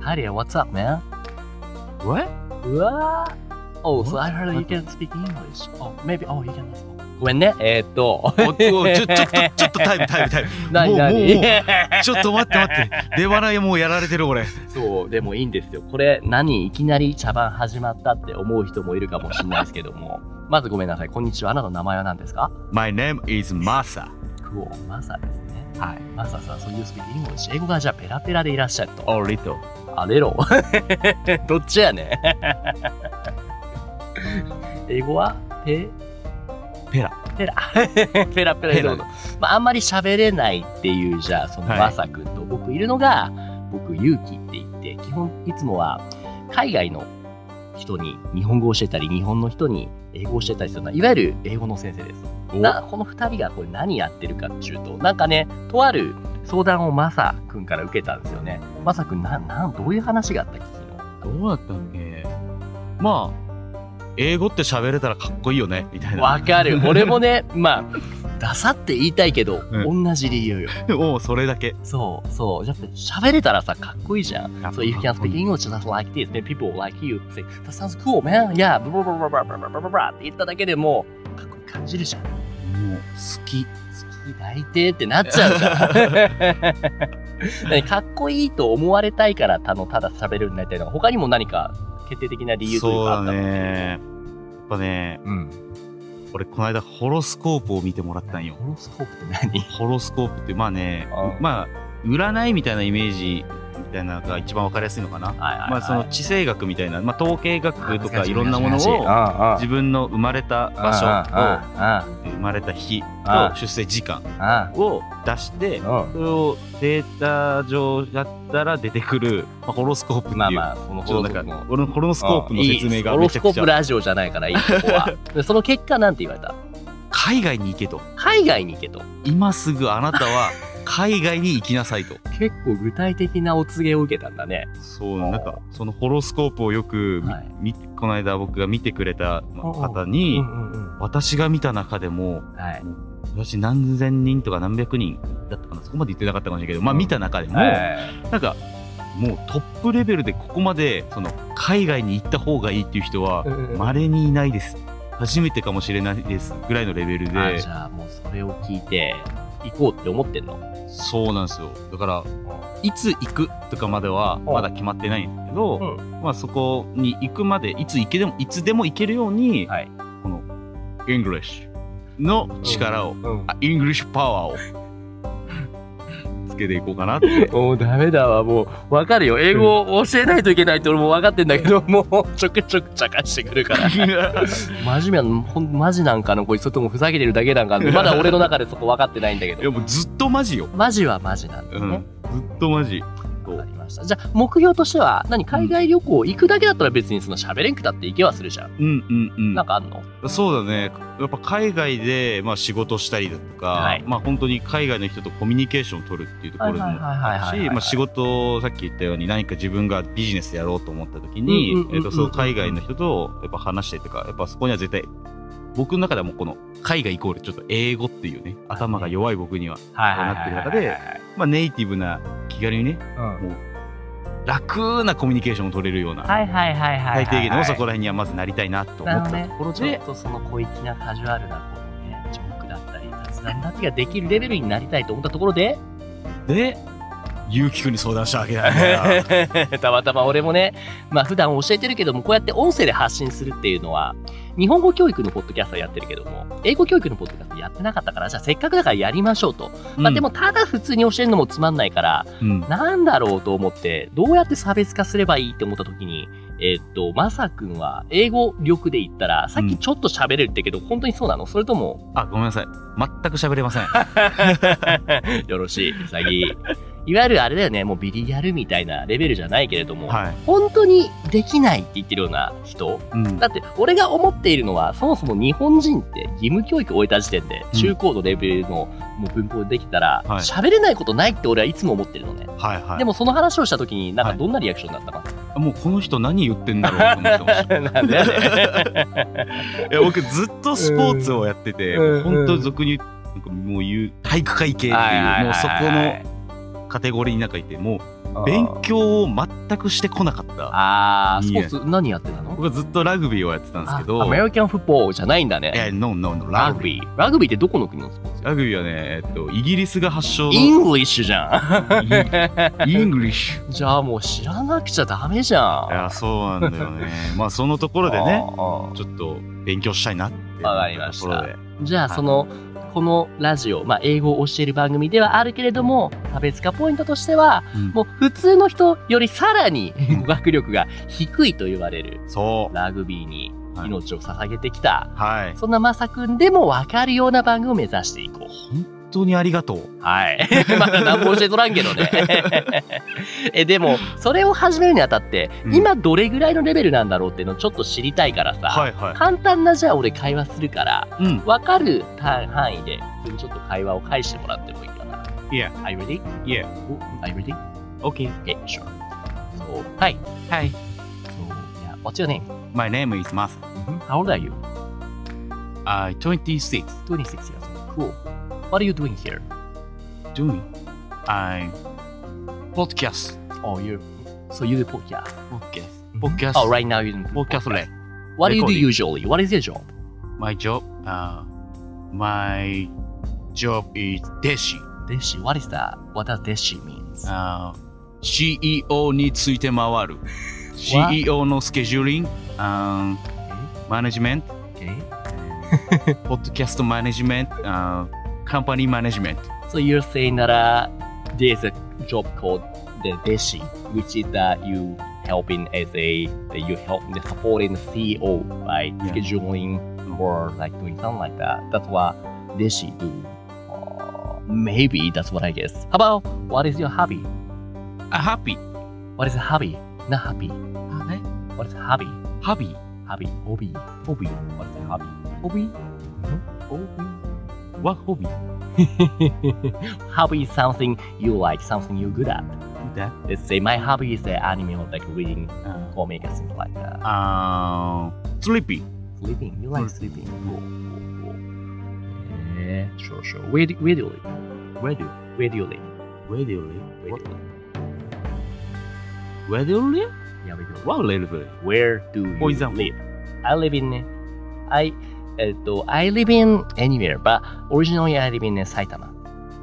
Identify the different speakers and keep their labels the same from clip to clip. Speaker 1: Nadia, what's up, man?
Speaker 2: What?
Speaker 1: What? Oh, so I heard you
Speaker 2: What?
Speaker 1: can speak English. Oh, maybe. Oh, you can. ごめんね。えーっ と。
Speaker 2: おおちょちょっとちょっとタイムタイムタイム。
Speaker 1: なにな
Speaker 2: もう
Speaker 1: に
Speaker 2: もうちょっと待って待って。出払いもうやられてる俺。
Speaker 1: そう、でもいいんですよ。これ、何いきなり茶番始まったって思う人もいるかもしれないですけども。 まずごめんなさい。こんにちは。あなたの名前は何ですか
Speaker 2: My name is Masa。
Speaker 1: クオ、マサですね。
Speaker 2: はい。
Speaker 1: マサさん、そういうスピーディングで英語がじゃあペラペラでいらっしゃると。
Speaker 2: おりと。
Speaker 1: あれろ。 どっちやねん。英語はペ
Speaker 2: ペラ。
Speaker 1: ペラ。 ペラペラでどうぞ
Speaker 2: ペ
Speaker 1: まあ、あんまり喋れないっていう、じゃあ、その
Speaker 2: はい
Speaker 1: まさくんと僕いるのが、僕、勇気って言って、基本、いつもは、海外の人に日本語を教えたり、日本の人に英語を教えたりするのは、いわゆる英語の先生です。
Speaker 2: お
Speaker 1: なこの2人がこれ何やってるかっていうとなんかねとある相談をマサ君から受けたんですよねマサ君なんなんどういう話があったっけ
Speaker 2: どうだったっけまあ、英語って喋れたらかっこいいよね、みたいな。
Speaker 1: わかる俺もねまあダサって言いたいけど、
Speaker 2: う
Speaker 1: 同じ理由よ
Speaker 2: もうそれだけ。
Speaker 1: そうそうやっぱ喋れたらさかっこいいじゃんそう you can speak
Speaker 2: い
Speaker 1: English just like this then people like you say that sounds cool man yeah blah blah blah blah blah blah blah blah って言っただけでもかっこいい感じるじゃん好
Speaker 2: もう好き。
Speaker 1: き泣いてってなっちゃうじゃん何かっこいいと思われたいからたのただ喋るようになりたいのか他にも何か決定的な理由という
Speaker 2: そう
Speaker 1: かあ
Speaker 2: だ
Speaker 1: ったの
Speaker 2: ね。やっぱね、
Speaker 1: うん、
Speaker 2: 俺この間ホロスコープを見てもらったんよ。
Speaker 1: ホロスコープって何
Speaker 2: ホロスコープって、まあね
Speaker 1: あ、
Speaker 2: まあ、占いみたいなイメージみたいなのが一番わかりやすいのかな。まあその地政学みたいな、まあ統計学とかいろんなものを
Speaker 1: を
Speaker 2: 自分の生まれた場所と
Speaker 1: 所
Speaker 2: 生まれた日
Speaker 1: あ
Speaker 2: と出生時間
Speaker 1: あ
Speaker 2: を出して
Speaker 1: あ
Speaker 2: それをデータ上やったら出てくる、まあ、ホロスコープっていう、
Speaker 1: まあまあその
Speaker 2: ち
Speaker 1: ホ
Speaker 2: ょ
Speaker 1: ロ
Speaker 2: っ
Speaker 1: ス
Speaker 2: と
Speaker 1: コー
Speaker 2: なん
Speaker 1: プ
Speaker 2: か
Speaker 1: も
Speaker 2: 俺のホロスコープの説明が
Speaker 1: いい
Speaker 2: め
Speaker 1: ホロ
Speaker 2: ち
Speaker 1: ス
Speaker 2: ゃ
Speaker 1: コ
Speaker 2: く
Speaker 1: ー
Speaker 2: ち
Speaker 1: プ
Speaker 2: ゃ
Speaker 1: ラジオじゃないからいいとこ はでその結果なんて言われた
Speaker 2: 海外に行けと
Speaker 1: 海外に行けと
Speaker 2: 今すぐあな たは海外に行きなさいと
Speaker 1: 結構具体的なお告げを受けたんだね
Speaker 2: そうなんかそのホロスコープをよくみ、
Speaker 1: はい
Speaker 2: 見てこの間僕が見てくれたまあ方に、
Speaker 1: うんうん
Speaker 2: 私が見た中でも
Speaker 1: うんはい
Speaker 2: 私何千人とか何百人だったかなそこまで言ってなかったかもしれないけど、まあ
Speaker 1: うん
Speaker 2: 見た中でも、
Speaker 1: はい
Speaker 2: なんかもうトップレベルでここまでその海外に行った方がいいっていう人は
Speaker 1: うんうん
Speaker 2: 稀にいないです初めてかもしれないですぐらいのレベル
Speaker 1: あ
Speaker 2: で
Speaker 1: じゃあもうそれを聞いて行こうって思ってんの
Speaker 2: そうなんですよだからいつ行くとかまではまだ決まってないんですけど、
Speaker 1: う
Speaker 2: まあ、そこに行くまでいつ行けでもいつでも行けるように、
Speaker 1: はい
Speaker 2: この English の力を、
Speaker 1: うん
Speaker 2: あ English パワーをつけていこうかなって
Speaker 1: もうダメだわもうわかるよ英語を教えないといけないって俺も分かってんだけど もうちょくちょく茶化してくるから真面目なほんマジなんかのこいつそれともふざけてるだけなんかなまだ俺の中でそこ分かってないんだけ
Speaker 2: いや
Speaker 1: ど
Speaker 2: もうずっとマジよ、
Speaker 1: マジはマジなんで
Speaker 2: う
Speaker 1: すね
Speaker 2: ん、、ずっとマジ
Speaker 1: わかりましたじゃあ目標としては何海外旅行行くだけだったら別にその喋れんくたって行けはするじゃん、
Speaker 2: うんうんうん
Speaker 1: なんかあんの
Speaker 2: そうだねやっぱ海外で、まあ、仕事したりだとか、
Speaker 1: はい
Speaker 2: まあ本当に海外の人とコミュニケーションを取るっていうところでもあるしまあ仕事をさっき言ったように何か自分がビジネスでやろうと思った時に
Speaker 1: うんうんうんうんうん
Speaker 2: えっとその海外の人とやっぱ話してとかやっぱそこには絶対僕の中ではもうこの海外イコールちょっと英語っていうね頭が弱い僕には、
Speaker 1: はい
Speaker 2: なってる中で、まあ、ネイティブな気軽にね
Speaker 1: うん
Speaker 2: 楽なコミュニケーションを取れるような
Speaker 1: はいはいはいはいはいはい
Speaker 2: 最低限のそこら辺にはまずなりたいなと思ったところ
Speaker 1: ちょっ
Speaker 2: で、
Speaker 1: とその小粋なカジュアルなこうね、ジョークだったり、雑談だけができるレベルになりたいと思ったところ で、
Speaker 2: で、ゆうきくんに相談したわけだよ
Speaker 1: たまたま俺もね、まあ普段教えてるけども、こうやって音声で発信するっていうのは、日本語教育のポッドキャストはやってるけども、英語教育のポッドキャストやってなかったから、じゃあせっかくだからやりましょうと。 まあでもただ普通に教えるのもつまんないから、
Speaker 2: うん、うん
Speaker 1: なんだろうと思って、どうやって差別化すればいいって思った時に、えーっと、まさくんは英語力で言ったら、さっきちょっと喋れるって言うけど、本当にそうなのそれとも、
Speaker 2: あ、ごめんなさい。全く喋れません。
Speaker 1: よろしい、うさぎ。いわゆるあれだよね、もうビリギャルみたいなレベルじゃないけれども、
Speaker 2: はい。
Speaker 1: 本当にできないって言ってるような人
Speaker 2: うん
Speaker 1: だって、俺が思っているのは、そもそも日本人って義務教育を終えた時点で、
Speaker 2: うん
Speaker 1: 中高度レベルのもう文法できたら、
Speaker 2: はい
Speaker 1: 喋れないことないって俺はいつも思ってるのね。
Speaker 2: はいはい。
Speaker 1: でもその話をした時に、なんか
Speaker 2: はい
Speaker 1: どんなリアクションだったかな
Speaker 2: もうこの人何言ってんだろうと思ってま し
Speaker 1: な
Speaker 2: た。
Speaker 1: んだよね。
Speaker 2: いや、僕ずっとスポーツをやってて、
Speaker 1: うん
Speaker 2: 本当に俗に言う、なんかもう言う、体育会系っていう、
Speaker 1: はいはいはい
Speaker 2: もうそこのカテゴリーの中にいても
Speaker 1: あー
Speaker 2: う勉強を全くしてこなかった
Speaker 1: ああ、ス
Speaker 2: いい
Speaker 1: ポ
Speaker 2: ね
Speaker 1: ーツ何やってたの
Speaker 2: 僕はずっとラグビーをやってたんですけど
Speaker 1: アメリカンフットボールじゃないんだ
Speaker 2: いや
Speaker 1: ね。
Speaker 2: ノーノーノー
Speaker 1: ラ
Speaker 2: ラ
Speaker 1: グ
Speaker 2: グ
Speaker 1: ビ
Speaker 2: ビー
Speaker 1: ー。ラグビーってどこの国のスポーツ
Speaker 2: ラグビーはね、えっと、イギリスが発祥の
Speaker 1: イングリッシュじゃん。
Speaker 2: イングリッシュ
Speaker 1: じゃあもう知らなくちゃダメじ
Speaker 2: い
Speaker 1: ゃん。
Speaker 2: やそうなんだよ ねまあそのところでねちょっと勉強したいなって思った
Speaker 1: わかりました
Speaker 2: ところで
Speaker 1: じゃあその、このラジオ、まあ、英語を教える番組ではあるけれども、差別化ポイントとしては、
Speaker 2: うん
Speaker 1: もう普通の人よりさらに
Speaker 2: うん
Speaker 1: 語学力が低いと言われる
Speaker 2: そう
Speaker 1: ラグビーに
Speaker 2: はい
Speaker 1: 命を捧げてきた、
Speaker 2: はい
Speaker 1: そんなまさくんでも分かるような番組を目指していこう。
Speaker 2: 本当にありがとう
Speaker 1: はい。 まだ何も教えとらんけどね。 え、でも、それを始めるにあたって、
Speaker 2: うん
Speaker 1: 今どれぐらいのレベルなんだろうっていうのをちょっと知りたいからさ、
Speaker 2: はいは
Speaker 1: 簡単なじゃあ俺会話するから、
Speaker 2: いうん
Speaker 1: わかる単範囲で、普通にちょっと会話を返してもらってもいいかな。
Speaker 2: Yeah.
Speaker 1: Are you ready?
Speaker 2: Yeah.
Speaker 1: Oh, Are you ready?
Speaker 2: OK
Speaker 1: Okay, sure. So, hi.
Speaker 2: Hi
Speaker 1: So, yeah. What's your name?
Speaker 2: My name is Mas
Speaker 1: How old are you?
Speaker 2: I
Speaker 1: 26
Speaker 2: 26
Speaker 1: years old. Cool. What are you doing here?
Speaker 2: doing I podcast
Speaker 1: Oh, you. So you do podcast.
Speaker 2: podcast
Speaker 1: Mhm.
Speaker 2: podcast
Speaker 1: Oh, right now you do
Speaker 2: podcast lab
Speaker 1: What do you do
Speaker 2: Recording.
Speaker 1: usually? What is your job?
Speaker 2: My job uh my job is deshi
Speaker 1: Deshi, what is that? What does Deshi means?
Speaker 2: uh, CEO E について回る CEO のスケジューリング、あーマネジメント
Speaker 1: okay.
Speaker 2: ポッドキャストマネジメントあーカンパニーマネジメント
Speaker 1: So you're saying that uh, there's a job called the Deshi, which is that you helping as a that you help the supporting the CEO by
Speaker 2: Yeah.
Speaker 1: scheduling or like doing something like that. That's what Deshi do. Uh, maybe that's what I guess. How about what is your hobby?
Speaker 2: あハッピー
Speaker 1: What is a hobby? Not happy.
Speaker 2: あね
Speaker 1: What is a hobby?
Speaker 2: ハビー
Speaker 1: Hobby. Hobby.
Speaker 2: ホビー
Speaker 1: What is a hobby? Hobby. Hobby.
Speaker 2: ワホビー
Speaker 1: hobby is something you like, something you're good at.
Speaker 2: だ
Speaker 1: Let's say my hobby is the anime or like reading
Speaker 2: あ
Speaker 1: comic or something like that.
Speaker 2: あースリーピー
Speaker 1: Sleeping, you like
Speaker 2: Hmm.
Speaker 1: sleeping. Cool, cool, cool. Yeah, sure, sure. Where do, where do you live?
Speaker 2: ウェディ
Speaker 1: Where do you live?
Speaker 2: ウェディウリ
Speaker 1: Where do you live?
Speaker 2: ウェディウリ
Speaker 1: Yeah, where do you live?
Speaker 2: ワウレルブ
Speaker 1: Where do you
Speaker 2: Poison.
Speaker 1: live? I live in, I, えっと I live in anywhere, but originally I live in 埼玉。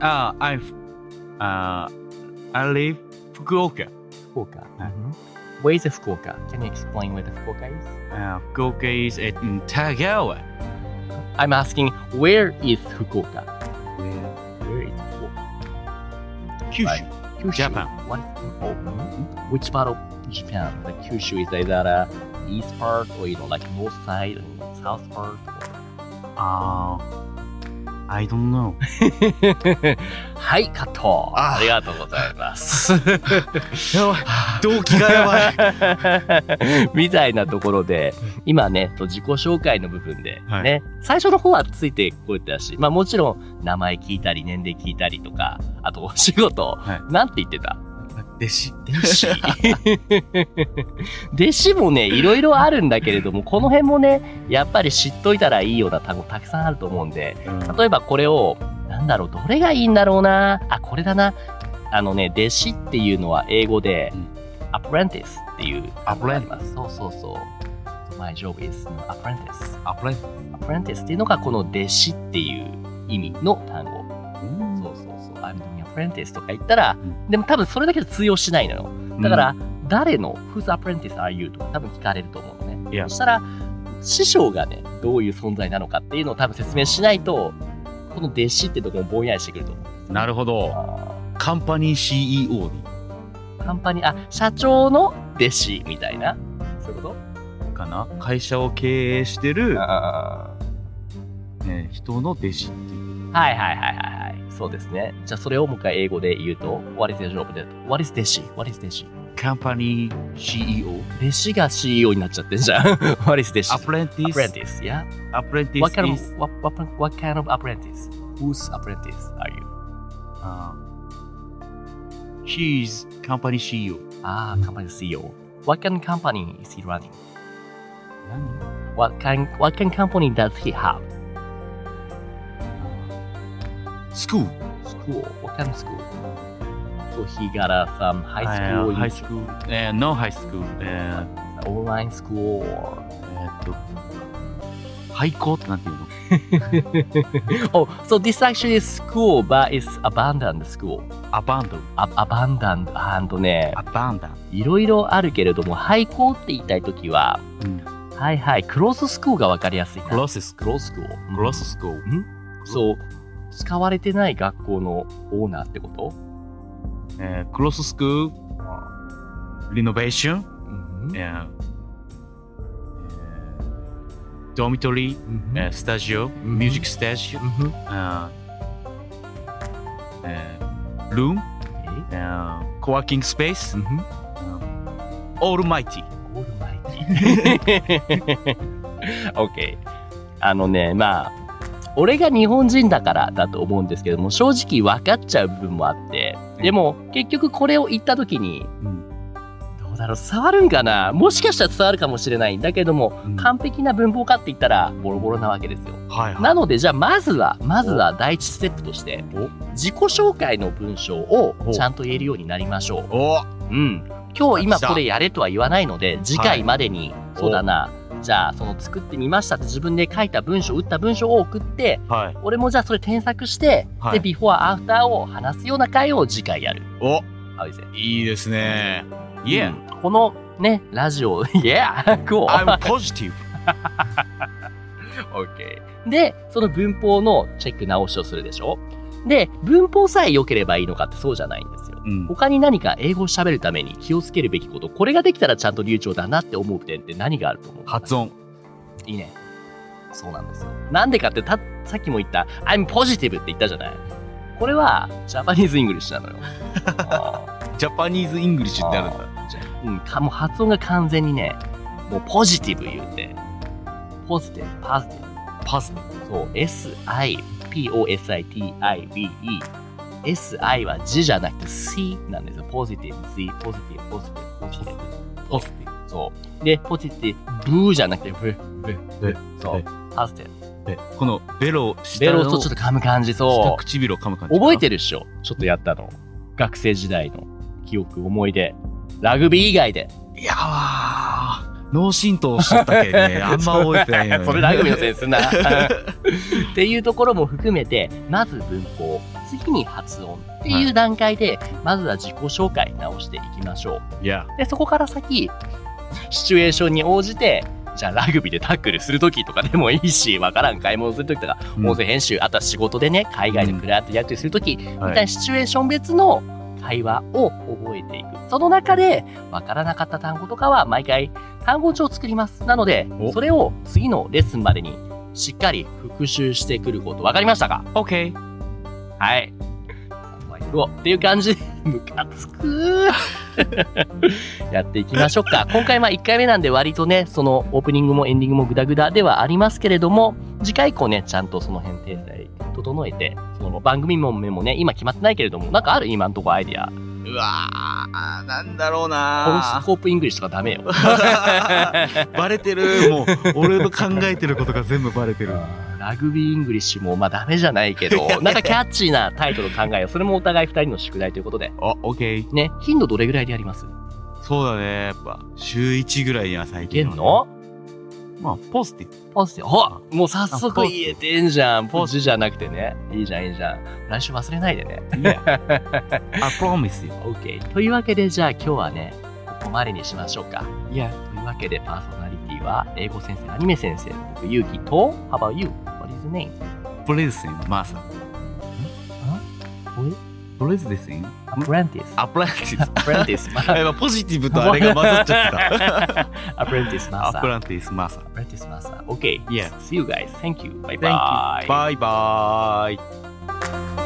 Speaker 2: ああ I あー Uh, I live 福岡
Speaker 1: 福岡。
Speaker 2: はい
Speaker 1: Where is the 福岡 Can you explain where the 福岡 is?
Speaker 2: あー福岡 Uh, is at 田川
Speaker 1: I'm asking, where is 福岡 Where is 福岡
Speaker 2: 九州
Speaker 1: Right. Kyushu.
Speaker 2: Japan.
Speaker 1: What is oh, Which part of Japan? Like Kyushu is either uh, east part or you know like north side and south part. or-
Speaker 2: ああ I don't know
Speaker 1: はい、カット。
Speaker 2: あー
Speaker 1: Ah, ありがとうございます。
Speaker 2: やばい動機がやばい
Speaker 1: みたいなところで、今ね、そう自己紹介の部分で、ね、
Speaker 2: は
Speaker 1: 最初の方はついてこうやってたし、まあもちろん名前聞いたり、年齢聞いたりとか、あとお仕事、
Speaker 2: は
Speaker 1: なんて言ってた
Speaker 2: 弟子
Speaker 1: 弟子弟子もねいろいろあるんだけれどもこの辺もねやっぱり知っといたらいいような単語たくさんあると思うんで例えばこれをなんだろうどれがいいんだろうなあこれだなあのね弟子っていうのは英語で、
Speaker 2: うん
Speaker 1: アプレンティスっていう
Speaker 2: アプレ
Speaker 1: あ
Speaker 2: ン
Speaker 1: りますそうそうそうマイジョブ is アプレンティス
Speaker 2: アプレン
Speaker 1: アプレンティスっていうのがこの弟子っていう意味の単語そうそうそう I'm doing apprentice とか言ったら、
Speaker 2: うん
Speaker 1: でも多分それだけで通用しないのよだから、誰の「Whose apprentice are you?」とか多分聞かれると思うのね。
Speaker 2: いや
Speaker 1: そしたら師匠がねどういう存在なのかっていうのを多分説明しないとこの弟子ってとこもぼんやりしてくると思う。
Speaker 2: なるほどカンパニー CEO に
Speaker 1: カンパニーあ社長の弟子みたいなそういうこと
Speaker 2: かな会社を経営してる、
Speaker 1: あ
Speaker 2: ね人の弟子っていう
Speaker 1: はいはいはいはいはいそうですね。じゃあそれをもう一回英語で言うと「What is your job?」で「What is 弟子 ?What is 弟子?」
Speaker 2: カンパニー CEO
Speaker 1: 弟子が CEO になっちゃってんじゃ ん。What is 弟子
Speaker 2: アプレンティス
Speaker 1: ?Apprentice yeah?
Speaker 2: アプレンティ
Speaker 1: What kind,
Speaker 2: ス is
Speaker 1: of, what, what, what kind of apprentice? Whose apprentice are you?
Speaker 2: あー He is company CEO
Speaker 1: Ah, company CEO. What kind of company is he running? What kind What kind of company does he have?
Speaker 2: スクール
Speaker 1: School. What kind of school? と日柄さん、ハイスクール、
Speaker 2: high school. Uh, no high school. Uh,
Speaker 1: オンラインスクー
Speaker 2: えーっと、廃校ってなんていうの
Speaker 1: ル。oh, so this actually is school, but it's abandoned school.
Speaker 2: アバンドン。
Speaker 1: あ abandoned and ね、
Speaker 2: アバンダン。
Speaker 1: いろいろあるけれども、廃校って言いたいときは、
Speaker 2: うん
Speaker 1: はいはい、クロススクールがわかりやすいな。
Speaker 2: クロススク
Speaker 1: ク
Speaker 2: ール。
Speaker 1: ロススクール。
Speaker 2: クロススクール。
Speaker 1: そう、使われてない学校のオーナーってこと、
Speaker 2: えークロススクール。リノベーション。えーえードミトリー。えースタジオ。
Speaker 1: ん
Speaker 2: ミュージックスタジオ。
Speaker 1: うん
Speaker 2: あーえールーム。えーコワーキングスペース。オールマイティ。
Speaker 1: オールマイティ。OK。あのね、まあ、俺が日本人だからだと思うんですけども、正直分かっちゃう部分もあって、でも、結局これを言った時に、どうだろう、触るんかなもしかしたら伝わるかもしれないんだけども、
Speaker 2: うん
Speaker 1: 完璧な文法かって言ったら、ボロボロなわけですよ。
Speaker 2: はいはい。
Speaker 1: なので、じゃあ、まずは、まずは第一ステップとして、自己紹介の文章をちゃんと言えるようになりましょう。
Speaker 2: お
Speaker 1: うん、今日今
Speaker 2: 来た
Speaker 1: これやれとは言わないので次回までに、
Speaker 2: お
Speaker 1: そうだなじゃあその作ってみましたって自分で書いた文章打った文章を送って
Speaker 2: はい。
Speaker 1: 俺もじゃあそれ添削して、
Speaker 2: は
Speaker 1: で
Speaker 2: い
Speaker 1: ビフォーアフターを話すような回を次回やる。
Speaker 2: お
Speaker 1: ハウゼ
Speaker 2: いいですね。
Speaker 1: う
Speaker 2: Yeah,
Speaker 1: んこのねラジオ Yeah! こ
Speaker 2: I'm positive.
Speaker 1: う OK でその文法のチェック直しをするでしょで文法さえ良ければいいのかってそうじゃないんですよ。
Speaker 2: うん
Speaker 1: 他に何か英語を喋るために気をつけるべきことこれができたらちゃんと流暢だなって思う点って何があると思う
Speaker 2: 発音。
Speaker 1: いいね。そうなんですよ。なんでかってた、さっきも言った、I'm positive って言ったじゃない。これは、ジャパニーズ・イングリッシュ なのよ。あ
Speaker 2: ジャパニーズ・イングリッシュってあるんだ。
Speaker 1: ーじゃうん、かもう発音が完全にね、もうポジティブ言うて。ポジティブ、ポジティ
Speaker 2: パスね。
Speaker 1: ブ。そう、S-I-P-O-S-I-T-I-V-E。S-I は字じゃなくて C なんですよ。ポジティブ、C、ポジティブ、ポジティブ、ポジティブ。
Speaker 2: ポスティ
Speaker 1: そう。で、ポジティブ、ブーじゃなくて、ブ、ブ、
Speaker 2: ブ
Speaker 1: そう。ポジティブ。
Speaker 2: ブ。このベロを下
Speaker 1: ベロ
Speaker 2: の
Speaker 1: とちょっと噛む感じ
Speaker 2: 下
Speaker 1: そ
Speaker 2: 唇を噛む感
Speaker 1: う。
Speaker 2: じ。
Speaker 1: 覚えてるっしょちょっとやったの。学生時代の記憶、思い出。ラグビー以外で。
Speaker 2: いやー、脳震盪しちゃったけ ね。あんま覚えてないよね。
Speaker 1: それラグビーの
Speaker 2: い。
Speaker 1: せいすんな。っていうところも含めて、まず文法、次に発音っていう段階で、まずは自己紹介直していきましょ
Speaker 2: いや、
Speaker 1: う。で、そこから先、シチュエーションに応じて、じゃあラグビーでタックルするときとかでもいいし、わからん買い物するときとか、
Speaker 2: うん
Speaker 1: 音声編集、あとは仕事でね、海外でプレイヤーとやってするとき、みたいなシチュエーション別の会話を覚えていく。その中で、わからなかった単語とかは、毎回単語帳を作ります。なので、
Speaker 2: お
Speaker 1: それを次のレッスンまでにしっかり復習してくること。わかりましたか
Speaker 2: OK。
Speaker 1: はい。おっていう感 じで、ムカつくーやっていきましょうか。今回は1回目なんで割とね、そのオープニングもエンディングもグダグダではありますけれども、次回以降ね、ちゃんとその辺体裁整えて、その番組ももね、今決まってないけれども、なんかある今んとこアイディア。
Speaker 2: うわー、なんだろう
Speaker 1: ホロス
Speaker 2: な
Speaker 1: コープイングリッシュとかダメよ。
Speaker 2: ー。バレてる。もう、俺の考えてることが全部バレてる。
Speaker 1: ラグビーイングリッシュもまあダメじゃないけど、なんかキャッチーなタイトル考えよう。それもお互い2人の宿題ということで。
Speaker 2: あ、OK。
Speaker 1: ね、頻度どれぐらいでやります
Speaker 2: そうだね。やっぱ、週1ぐらいには最
Speaker 1: いけ
Speaker 2: 近。
Speaker 1: んの
Speaker 2: まあ、ポスティ
Speaker 1: ポジティブ。ほもう早速
Speaker 2: あポジティブ
Speaker 1: 言えてんじゃん。ポジじゃなくてね。いいじゃん、いいじゃん。来週忘れないでね。
Speaker 2: ブ。いや、I promise you.
Speaker 1: OK。というわけで、じゃあ今日はね、ここまでにしましょうか。
Speaker 2: いや、
Speaker 1: というわけで、パーソナリティは、英語先生、アニメ先生、僕、ゆうきと、How about you?What is your name?
Speaker 2: プレゼン、マーサ。
Speaker 1: おい
Speaker 2: プレゼン
Speaker 1: ?Apprentice。
Speaker 2: アプランティス。
Speaker 1: Apprentice。
Speaker 2: あやっぱポジティブとあれが混ざっちゃってた。
Speaker 1: Apprentice マ
Speaker 2: ア
Speaker 1: スタ
Speaker 2: プ
Speaker 1: ー。
Speaker 2: ランティス、マーサ。
Speaker 1: Apprentice マスター。OK。
Speaker 2: Yeah.
Speaker 1: See you guys. Thank you. Bye
Speaker 2: Thank
Speaker 1: bye.
Speaker 2: you. バイバーイ。